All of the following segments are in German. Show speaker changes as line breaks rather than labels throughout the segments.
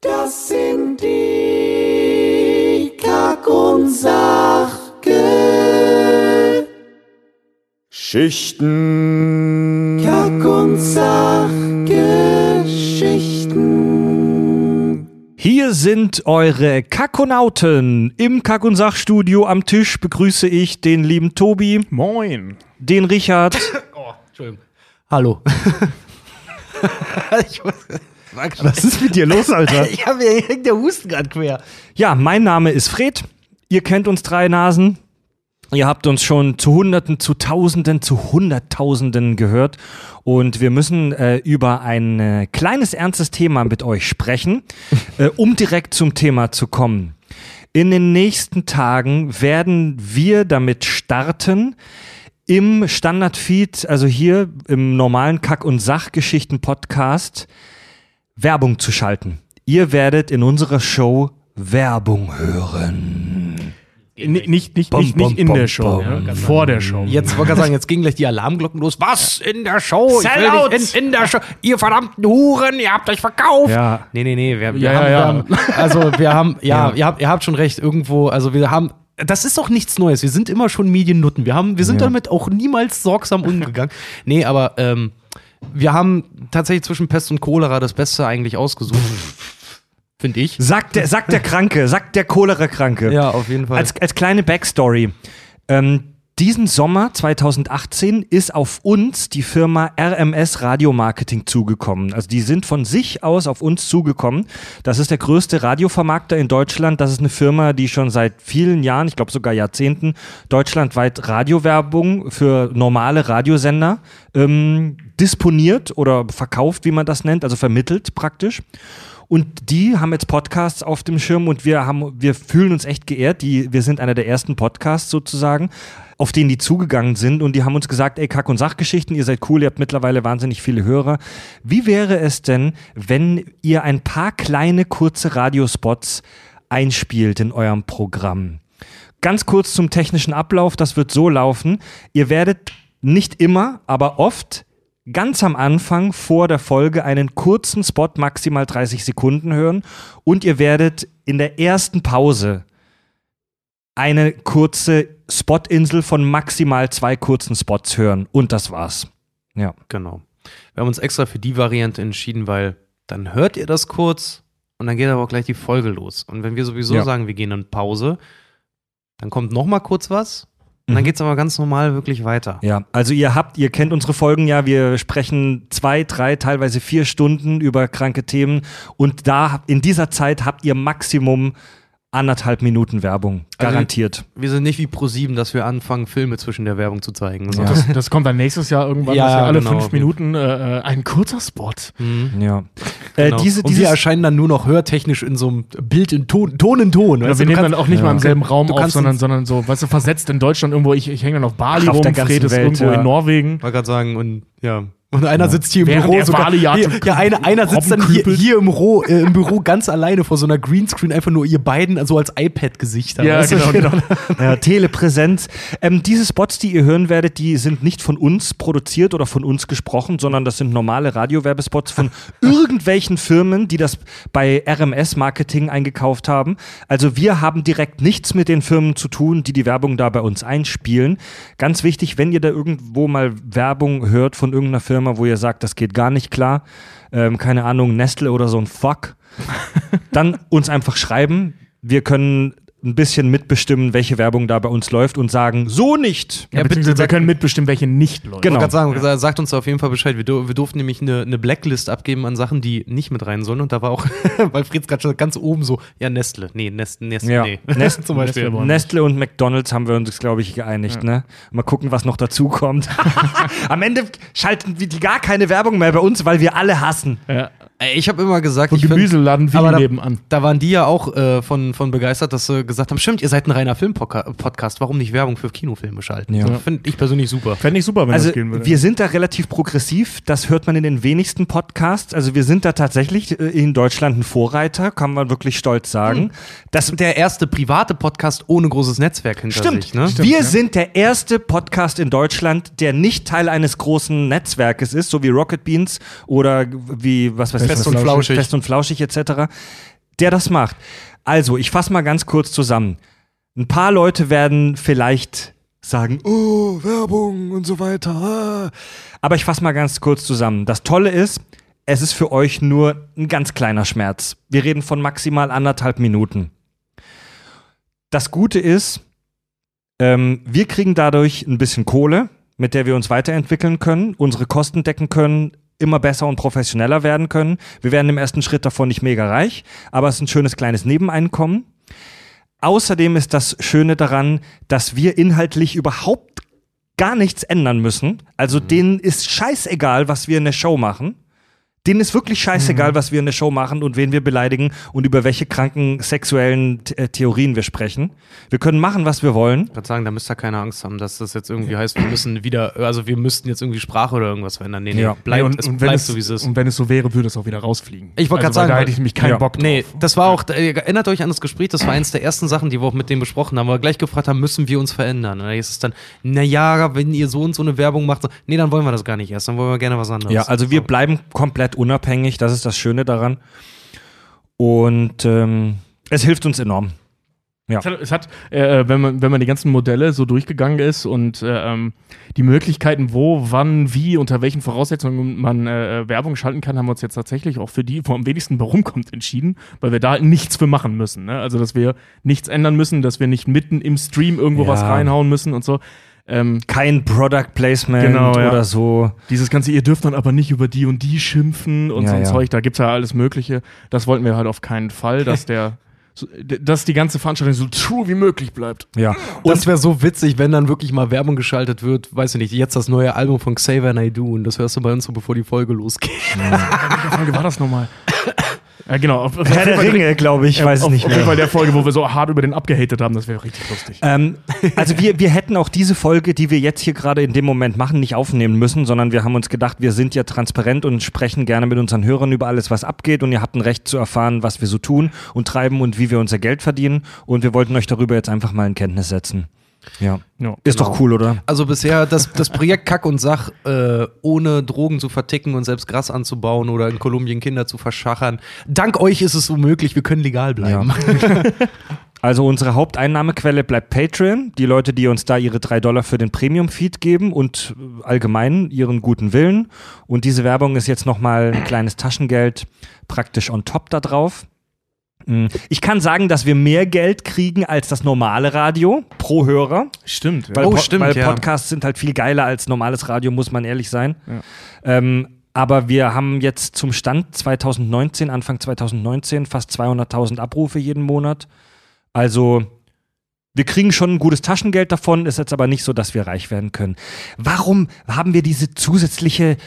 Das sind die Kack- und Sachgeschichten.
Schichten.
Kack- und Sachgeschichten.
Hier sind eure Kakonauten. Im Kack- und Sachstudio am Tisch begrüße ich den lieben Tobi,
Moin.
den Richard.
Oh,
Entschuldigung. Hallo. ich muss, war grad,
Was ist mit dir los, Alter?
ich hab, mir hängt der Husten gerade quer.
Ja, mein Name ist Fred. Ihr kennt uns drei Nasen. Ihr habt uns schon zu Hunderten, zu Tausenden, zu Hunderttausenden gehört. Und wir müssen äh, über ein äh, kleines, ernstes Thema mit euch sprechen, äh, um direkt zum Thema zu kommen. In den nächsten Tagen werden wir damit starten, im Standardfeed, also hier im normalen Kack- und Sachgeschichten-Podcast, Werbung zu schalten. Ihr werdet in unserer Show Werbung hören.
N nicht nicht,
Bom,
nicht, nicht in
bom,
der
bom,
Show,
bom.
ja, genau. ganz vor der Show.
Jetzt wollte ich sagen, jetzt gingen gleich die Alarmglocken los. Was? In der Show? Ich will
Sellouts!
nicht In, in der Show? Ihr verdammten Huren, ihr habt euch verkauft.
Ja.
Nee, nee, nee. Wir, wir
Ja,
haben,
ja,
Wir haben, also wir haben, ja, Ihr, habt, ihr habt schon recht, irgendwo, also wir haben, das ist doch nichts Neues. Wir sind immer schon Mediennutten. Wir, haben, wir sind damit auch niemals sorgsam umgegangen. nee, aber ähm, wir haben tatsächlich zwischen Pest und Cholera das Beste eigentlich ausgesucht. Finde ich.
Sagt der, sagt der Kranke, sagt der Cholera-Kranke.
Ja, auf jeden Fall.
Als, als kleine Backstory. Ähm, diesen Sommer 2018 ist auf uns die Firma RMS Radio Marketing zugekommen. Also die sind von sich aus auf uns zugekommen. Das ist der größte Radiovermarkter in Deutschland. Das ist eine Firma, die schon seit vielen Jahren, ich glaube sogar Jahrzehnten, deutschlandweit Radiowerbung für normale Radiosender ähm, disponiert oder verkauft, wie man das nennt, also vermittelt praktisch. Und die haben jetzt Podcasts auf dem Schirm und wir haben, wir fühlen uns echt geehrt. Die, wir sind einer der ersten Podcasts sozusagen, auf denen die zugegangen sind und die haben uns gesagt, ey, Kack- und Sachgeschichten, ihr seid cool, ihr habt mittlerweile wahnsinnig viele Hörer. Wie wäre es denn, wenn ihr ein paar kleine, kurze Radiospots einspielt in eurem Programm? Ganz kurz zum technischen Ablauf, das wird so laufen. Ihr werdet nicht immer, aber oft ganz am Anfang vor der Folge einen kurzen Spot, maximal 30 Sekunden hören und ihr werdet in der ersten Pause eine kurze Spotinsel von maximal zwei kurzen Spots hören und das war's. Ja.
Genau. Wir haben uns extra für die Variante entschieden, weil dann hört ihr das kurz und dann geht aber auch gleich die Folge los. Und wenn wir sowieso
Ja.
sagen, wir gehen in Pause, dann kommt noch mal kurz was und dann
Mhm.
geht es aber ganz normal wirklich weiter.
Ja, also ihr habt, ihr kennt unsere Folgen ja, wir sprechen zwei, drei, teilweise vier Stunden über kranke Themen und da in dieser Zeit habt ihr Maximum anderthalb Minuten Werbung.
Also-
Garantiert.
Wir sind nicht wie ProSieben, dass wir anfangen, Filme zwischen der Werbung zu zeigen. So.
Ja.
Das, das kommt dann nächstes Jahr irgendwann,
Ja,
dass wir alle
genau.
fünf Minuten äh, äh, ein kurzer Spot.
Mhm.
ja.
Genau.
Äh, diese,
und wir
dieses,
erscheinen dann nur noch hörtechnisch in so einem Bild in Ton, Ton in Ton.
Oder
weißt
wir
du,
nehmen
du
dann
kannst-
auch nicht
ja.
mal im selben Raum
du
auf,
kannst
sondern,
uns-
sondern so, weißt du, versetzt in Deutschland irgendwo. Ich, ich hänge dann auf Bali
Ach, auf
rum,
der ganzen
Fred ist
Welt,
irgendwo
ja.
in Norwegen.
Wollte gerade sagen, und ja. Und einer sitzt hier im
Während
Büro
er
sogar.
Wale jagt
Hier,
und
ja, einer, einer sitzt dann hier,
Robben
hier im, Ro, äh, im Büro ganz alleine vor so einer Greenscreen, einfach nur ihr beiden, also als iPad-Gesichter.
Ja,
weißt du?
genau.
Ja, Telepräsenz. Ähm, diese Spots, die ihr hören werdet, die sind nicht von uns produziert oder von uns gesprochen, sondern das sind normale Radiowerbespots von irgendwelchen Firmen, die das bei RMS Marketing eingekauft haben. Also wir haben direkt nichts mit den Firmen zu tun, die die Werbung da bei uns einspielen. Ganz wichtig, wenn ihr da irgendwo mal Werbung hört von irgendeiner Firma, wo ihr sagt, das geht gar nicht klar, ähm, keine Ahnung, Nestle oder so ein Fuck, dann uns einfach schreiben. Wir können ein bisschen mitbestimmen, welche Werbung da bei uns läuft und sagen, so nicht.
Ja,
Ja, bitte
beziehungsweise wir
sag-
können mitbestimmen, welche nicht läuft.
Genau.
Ich wollte gerade sagen, sagt uns auf jeden Fall Bescheid. Wir, dur- wir durften nämlich eine, eine Blacklist abgeben an Sachen, die nicht mit rein sollen. Und da war auch, weil Fritz gerade schon ganz oben so, ja, Nestle. Nee, Nestle, Nestle,
Ja.
nee.
Nestle
zum Beispiel.
Nestle.
Nestle und McDonalds haben wir uns, glaube ich, geeinigt. Ne? Mal gucken, was noch dazu kommt. Am Ende schalten wir die gar keine Werbung mehr bei uns, weil wir alle hassen.
Ja.
Ey, Ich habe immer gesagt,
Und
ich find-
Gemüseladen Willi
aber da,
nebenan.
Da waren die ja auch äh, von, von begeistert, dass sie gesagt haben, stimmt, ihr seid ein reiner Filmpodcast. Warum nicht Werbung für Kinofilme schalten?
Ja.
Finde ich persönlich super.
Fände ich super, wenn
Also
das gehen würde.
wir sind da relativ progressiv, das hört man in den wenigsten Podcasts. Also wir sind da tatsächlich äh, in Deutschland ein Vorreiter, kann man wirklich stolz sagen.
Hm.
Das,
der erste private Podcast ohne großes Netzwerk hinter
Stimmt.
sich. Ne?
wir
ja.
sind der erste Podcast in Deutschland, der nicht Teil eines großen Netzwerkes ist, so wie Rocket Beans oder wie was weiß ich,
Fest
was-
und
Flauschig.
Fest und Flauschig etc. der das macht. Also, ich fasse mal ganz kurz zusammen. Ein paar Leute werden vielleicht sagen, oh, Werbung und so weiter. ah." Aber ich fasse mal ganz kurz zusammen. Das Tolle ist, es ist für euch nur ein ganz kleiner Schmerz. Wir reden von maximal anderthalb Minuten. Das Gute ist, ähm, wir kriegen dadurch ein bisschen Kohle, mit der wir uns weiterentwickeln können, unsere Kosten decken können, immer besser und professioneller werden können. Wir werden im ersten Schritt davon nicht mega reich, aber es ist ein schönes kleines Nebeneinkommen. Außerdem ist das Schöne daran, dass wir inhaltlich überhaupt gar nichts ändern müssen. Also denen ist scheißegal, was wir in der Show machen. Denen ist wirklich scheißegal, was wir in der Show machen und wen wir beleidigen und über welche kranken sexuellen äh, Theorien wir sprechen. Wir können machen, was wir wollen.
Ich würde sagen, da müsst ihr keine Angst haben, dass das jetzt irgendwie heißt, wir müssen wieder, also wir müssten jetzt irgendwie Sprache oder irgendwas verändern. Nee, nee,
Ja.
Nee,
bleibt,
und,
es
und wenn
bleibt
es,
so, wie es ist.
Und wenn es so wäre, würde es auch wieder rausfliegen. Also,
Ich wollte grad
weil
sagen,
Da
weil-
hätte ich nämlich keinen
Ja.
Bock drauf.
Nee, das war auch, ihr erinnert euch an das Gespräch, das war eins der ersten Sachen, die wir auch mit dem besprochen haben, weil wir gleich gefragt haben, müssen wir uns verändern? Und dann ist es dann, naja, wenn ihr so und so eine Werbung macht, so, nee, dann wollen wir das gar nicht erst, dann wollen wir gerne was anderes.
Ja, also wir bleiben komplett unabhängig, das ist das Schöne daran. Und ähm, es hilft uns enorm.
Es hat, es hat äh, wenn, man, wenn man die ganzen Modelle so durchgegangen ist und äh, ähm, die Möglichkeiten, wo, wann, wie, unter welchen Voraussetzungen man äh, Werbung schalten kann, haben wir uns jetzt tatsächlich auch für die, wo am wenigsten bei rumkommt, entschieden, weil wir da nichts für machen müssen. Ne? Also, dass wir nichts ändern müssen, dass wir nicht mitten im Stream irgendwo
Ja.
was reinhauen müssen und so. Ähm,
Kein Product Placement
Genau, ja.
oder so.
dieses ganze, ihr dürft dann aber nicht über die und die schimpfen und
Ja,
so ein
ja.
Zeug, da gibt's ja alles Mögliche. Das wollten wir halt auf keinen Fall, dass der, so, d- dass die ganze Veranstaltung so true wie möglich bleibt.
Ja.
Und das wäre so witzig, wenn dann wirklich mal Werbung geschaltet wird, weiß ich nicht, jetzt das neue Album von Xavier Naidoo und das hörst du bei uns so, bevor die Folge losgeht.
Welche Folge war das nochmal? ja, genau. Auf, auf,
Herr der Ringe, glaube ich, ich weiß es
auf,
nicht
auf jeden
mehr.
Fall der Folge, wo wir so hart über den abgehatet haben, das wäre richtig lustig.
Ähm, also wir, wir hätten auch diese Folge, die wir jetzt hier gerade in dem Moment machen, nicht aufnehmen müssen, sondern wir haben uns gedacht, wir sind ja transparent und sprechen gerne mit unseren Hörern über alles, was abgeht und ihr habt ein Recht zu erfahren, was wir so tun und treiben und wie wir unser Geld verdienen und wir wollten euch darüber jetzt einfach mal in Kenntnis setzen. Ja.
Ja. genau.
Ist doch cool, oder?
Also bisher das, das Projekt Kack und Sach, äh, ohne Drogen zu verticken und selbst Gras anzubauen oder in Kolumbien Kinder zu verschachern. Dank euch ist es so möglich, wir können legal bleiben.
Also unsere Haupteinnahmequelle bleibt Patreon, die Leute, die uns da ihre drei Dollar für den Premium-Feed geben und äh, allgemein ihren guten Willen. Und diese Werbung ist jetzt nochmal ein kleines Taschengeld praktisch on top da drauf. Mm. Ich kann sagen, dass wir mehr Geld kriegen als das normale Radio pro Hörer.
Stimmt.
Weil,
Ja.
Oh,
Po-
stimmt,
weil
ja.
Podcasts sind halt viel geiler als normales Radio, muss man ehrlich sein. Ähm, aber wir haben jetzt zum Stand 2019, Anfang 2019, fast 200.000 Abrufe jeden Monat. Also wir kriegen schon ein gutes Taschengeld davon, ist jetzt aber nicht so, dass wir reich werden können. Warum haben wir diese zusätzliche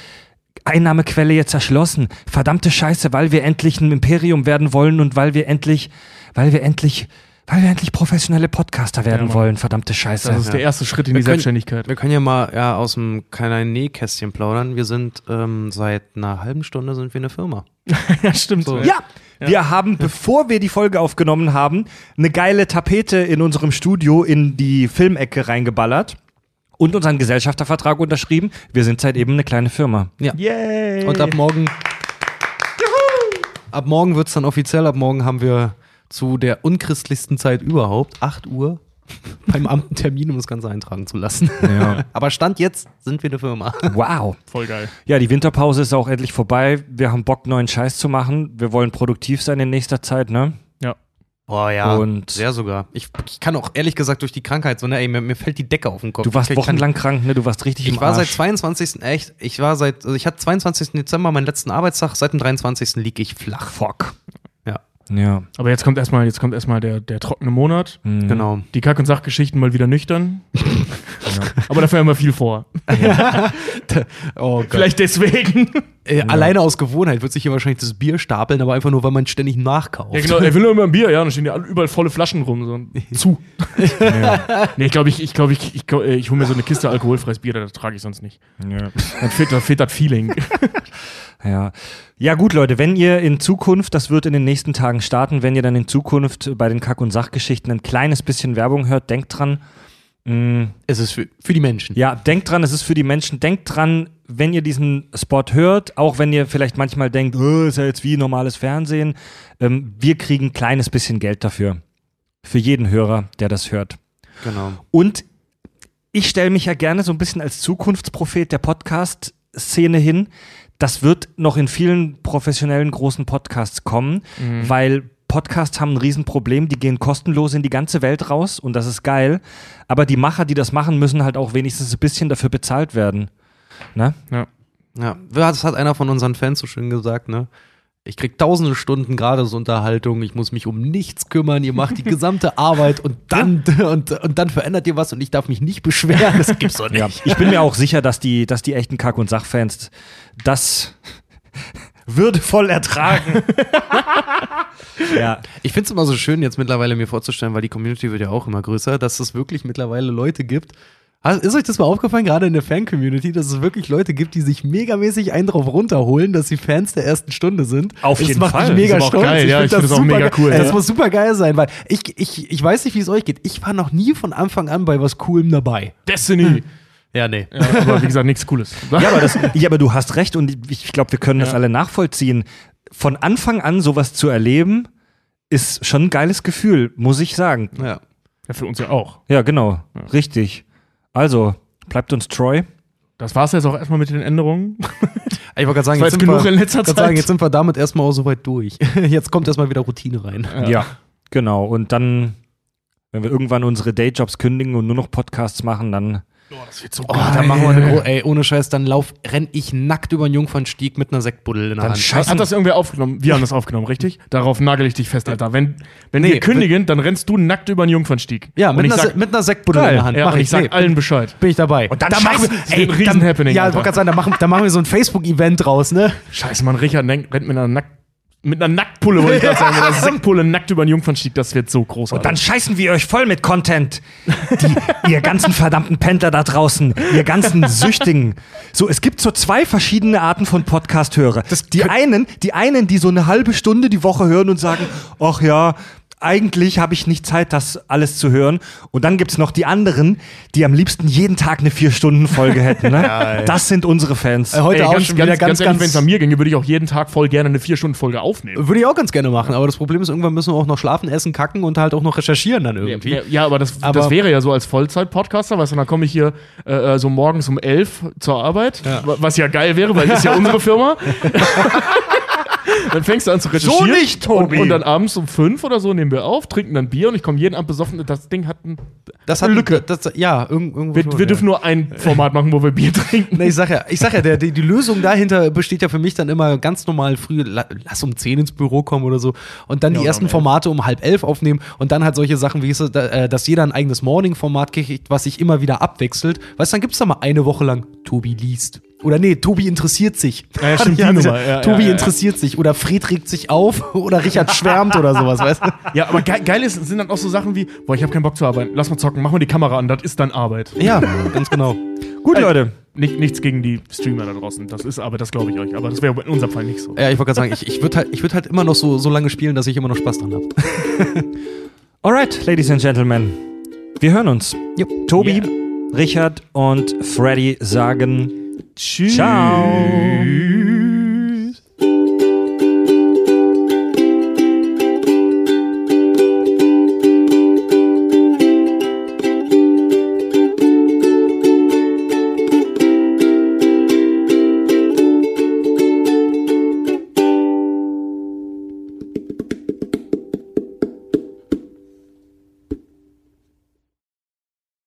Einnahmequelle jetzt erschlossen? Verdammte Scheiße, weil wir endlich ein Imperium werden wollen und weil wir endlich, weil wir endlich, weil wir endlich professionelle Podcaster werden
Mann.
wollen. Verdammte Scheiße.
Das ist der erste Schritt in die
Wir können-
Selbstständigkeit.
Wir können ja mal ja, aus dem kleinen Nähkästchen plaudern. Wir sind ähm, seit einer halben Stunde sind wir eine Firma.
ja, stimmt. So.
Ja, wir haben, bevor wir die Folge aufgenommen haben, eine geile Tapete in unserem Studio in die Filmecke reingeballert und unseren Gesellschaftervertrag unterschrieben. Wir sind seit eben eine kleine Firma.
Yay.
Und ab morgen. Ab morgen wird es dann offiziell. Ab morgen haben wir zu der unchristlichsten Zeit überhaupt, 8 Uhr, beim Amt einen Termin, um das Ganze eintragen zu lassen. Aber Stand jetzt sind wir eine Firma.
Wow.
Voll geil.
Ja, die Winterpause ist auch endlich vorbei. Wir haben Bock, neuen Scheiß zu machen. Wir wollen produktiv sein in nächster Zeit, ne?
Ja.
Boah, ja.
Und-
sehr sogar. Ich, ich kann auch ehrlich gesagt durch die Krankheit so, ne, ey, mir, mir fällt die Decke auf den Kopf.
Du warst
ich, ich kann-
wochenlang krank, ne? Du warst richtig im
Ich war seit
Arsch.
22. echt, ich war seit, also ich hatte 22. Dezember meinen letzten Arbeitstag, seit dem 23. liege ich flach. Fuck. Ja,
Ja.
Aber jetzt kommt erstmal, jetzt kommt erstmal der, der trockene Monat.
Mhm.
genau.
Die Kack- und Sachgeschichten mal wieder nüchtern. Aber dafür haben wir viel vor.
Oh Gott.
Vielleicht deswegen.
äh, Alleine aus Gewohnheit wird sich hier wahrscheinlich das Bier stapeln, aber einfach nur, weil man ständig nachkauft.
Ja, genau. Er will nur immer ein Bier, ja. Und dann stehen ja alle- überall volle Flaschen rum. So. Zu. Nee, ich glaube, ich, ich, glaub, ich, ich, glaub, äh, ich hole mir so eine Kiste alkoholfreies Bier, das trage ich sonst nicht.
ja.
Dann fehlt, da fehlt das Feeling.
Ja. ja, gut, Leute, wenn ihr in Zukunft, das wird in den nächsten Tagen starten, wenn ihr dann in Zukunft bei den Kack- und Sachgeschichten ein kleines bisschen Werbung hört, denkt dran, mm,
Es ist für, für die Menschen.
Ja, denkt dran, es ist für die Menschen. Denkt dran, wenn ihr diesen Spot hört, auch wenn ihr vielleicht manchmal denkt, "Äh, ist ja jetzt wie normales Fernsehen. Ähm, wir kriegen ein kleines bisschen Geld dafür. Für jeden Hörer, der das hört.
Genau.
Und ich stelle mich ja gerne so ein bisschen als Zukunftsprophet der Podcast-Szene hin. Das wird noch in vielen professionellen großen Podcasts kommen, weil Podcasts haben ein Riesenproblem. Die gehen kostenlos in die ganze Welt raus und das ist geil. Aber die Macher, die das machen, müssen halt auch wenigstens ein bisschen dafür bezahlt werden. Ne?
Ja.
Ja, das hat einer von unseren Fans so schön gesagt, ne? Ich krieg tausende Stunden gratis Unterhaltung, ich muss mich um nichts kümmern, ihr macht die gesamte Arbeit und dann und, und dann verändert ihr was und ich darf mich nicht beschweren. Das gibt's doch nicht.
Ja. Ich bin mir auch sicher, dass die, dass die echten Kack- und Sachfans das würdevoll ertragen. ja.
Ich finde es immer so schön, jetzt mittlerweile mir vorzustellen, weil die Community wird ja auch immer größer, dass es wirklich mittlerweile Leute gibt. Ha- Ist euch das mal aufgefallen, gerade in der Fan-Community, dass es wirklich Leute gibt, die sich megamäßig einen drauf runterholen, dass sie Fans der ersten Stunde sind?
Auf
das
jeden
macht
Fall.
Mich mega
Das ist aber auch
stolz.
geil, ja, ich
find
find das auch
super
mega
ge-
cool,
Das
ja.
muss super geil sein, weil ich, ich, ich weiß nicht, wie es euch geht. Ich war noch nie von Anfang an bei was Coolem dabei.
Destiny.
Ja, nee.
ja, aber wie gesagt, nichts Cooles.
Ja, aber das, ja, aber du hast recht und ich glaube, wir können das alle nachvollziehen. Von Anfang an sowas zu erleben, ist schon ein geiles Gefühl, muss ich sagen.
Ja.
Ja, für uns ja auch.
Ja, genau. Richtig. Also, bleibt uns treu.
Das war's jetzt auch erstmal mit den Änderungen.
Ich wollte gerade sagen,
war
jetzt
jetzt
sind,
genug
wir,
in letzter
grad
Zeit.
sagen, jetzt sind wir damit erstmal auch soweit durch. Jetzt kommt erstmal wieder Routine rein.
Ja. Genau. Und dann, wenn wir irgendwann unsere Dayjobs kündigen und nur noch Podcasts machen, dann.
das wird so
Oh, dann machen wir eine Gro ey, ohne Scheiß, dann lauf, renn ich nackt über den Jungfernstieg mit einer Sektbuddel in der Hand.
Scheiße. Hat das irgendwer aufgenommen? Wir haben das aufgenommen, richtig? Darauf nagel ich dich fest, Alter. Wenn, wenn
Nee,
wir kündigen, dann rennst du nackt über den Jungfernstieg.
Ja,
und
mit
ich
einer,
sag,
Se- mit einer Sektbuddel in
geil.
der Hand.
ja,
Mach
und
ich,
ich sag
nee,
allen Bescheid.
bin ich dabei.
Und dann
machen
scheiße,
wir,
das
ey,
wird ein Riesen-Happening,
dann, Ja, ich
Alter.
wollte gerade sagen, da machen, da machen wir so ein Facebook-Event raus, ne?
Scheiße, Mann, Richard nennt- rennt mit einer nackt mit einer Nacktpulle, wollte ich gerade sagen, mit einer Sackpulle nackt über den Jungfernstieg, das wird so groß. Und
Dann scheißen wir euch voll mit Content. Die, ihr ganzen verdammten Pendler da draußen, ihr ganzen Süchtigen. So, es gibt so zwei verschiedene Arten von Podcast-Hörer. Die einen, die einen, die so eine halbe Stunde die Woche hören und sagen, ach ja, eigentlich habe ich nicht Zeit, das alles zu hören. Und dann gibt es noch die anderen, die am liebsten jeden Tag eine Vier-Stunden-Folge hätten. Ne? das sind unsere Fans.
Äh, Heute
Ey,
auch
ganz,
schon
ganz,
wieder
ganz,
ganz,
ehrlich,
ganz,
wenn es an mir ginge, würde ich auch jeden Tag voll gerne eine 4-Stunden-Folge aufnehmen.
Würde ich auch ganz gerne machen, aber das Problem ist, irgendwann müssen wir auch noch schlafen, essen, kacken und halt auch noch recherchieren dann irgendwie.
Ja, ja, aber das,
Aber-
das wäre ja so als Vollzeit-Podcaster, weißt du, dann komme ich hier äh, äh, so morgens um elf zur Arbeit, wa- was ja geil wäre, weil das ist ja unsere Firma. dann fängst du an zu recherchieren.
nicht, Tobi.
Und, und dann abends um fünf oder so nehmen wir auf, trinken dann Bier und ich komme jeden Abend besoffen. Das Ding hat ein,
Das hat Lücke. Das, ja, irgend, irgendwo.
wir,
schon,
wir
ja.
dürfen nur ein Format machen, wo wir Bier trinken.
Nee, ich sag ja, ich sag ja der, die, die Lösung dahinter besteht ja für mich dann immer ganz normal früh, la, lass um 10 ins Büro kommen oder so und dann die
oder
ersten
um elf.
Formate um halb elf aufnehmen und dann halt solche Sachen wie, hieß es, da, äh, dass jeder ein eigenes Morning-Format kriegt, was sich immer wieder abwechselt. Weißt du, dann gibt's da mal eine Woche lang Tobi liest. Oder nee, Tobi interessiert sich.
Ja, ja, stimmt, die Nummer. Ja,
Tobi
ja, ja, ja.
interessiert sich. Oder Fred regt sich auf. Oder Richard schwärmt oder sowas, weißt du?
Ja, aber ge geil ist, sind dann auch so Sachen wie, boah, ich habe keinen Bock zu arbeiten, lass mal zocken, mach mal die Kamera an, das ist dann Arbeit.
Ja, ganz genau.
äh,
Gut, Leute.
Nicht, nichts gegen die Streamer da draußen, das ist aber, das glaube ich euch, aber das wäre in unserem Fall nicht so.
Ja, ich wollte gerade sagen, ich, ich würde halt, ich würd halt immer noch so, so lange spielen, dass ich immer noch Spaß dran habe.
Alright, Ladies and Gentlemen, wir hören uns. Tobi, Richard und Freddy sagen Ciao.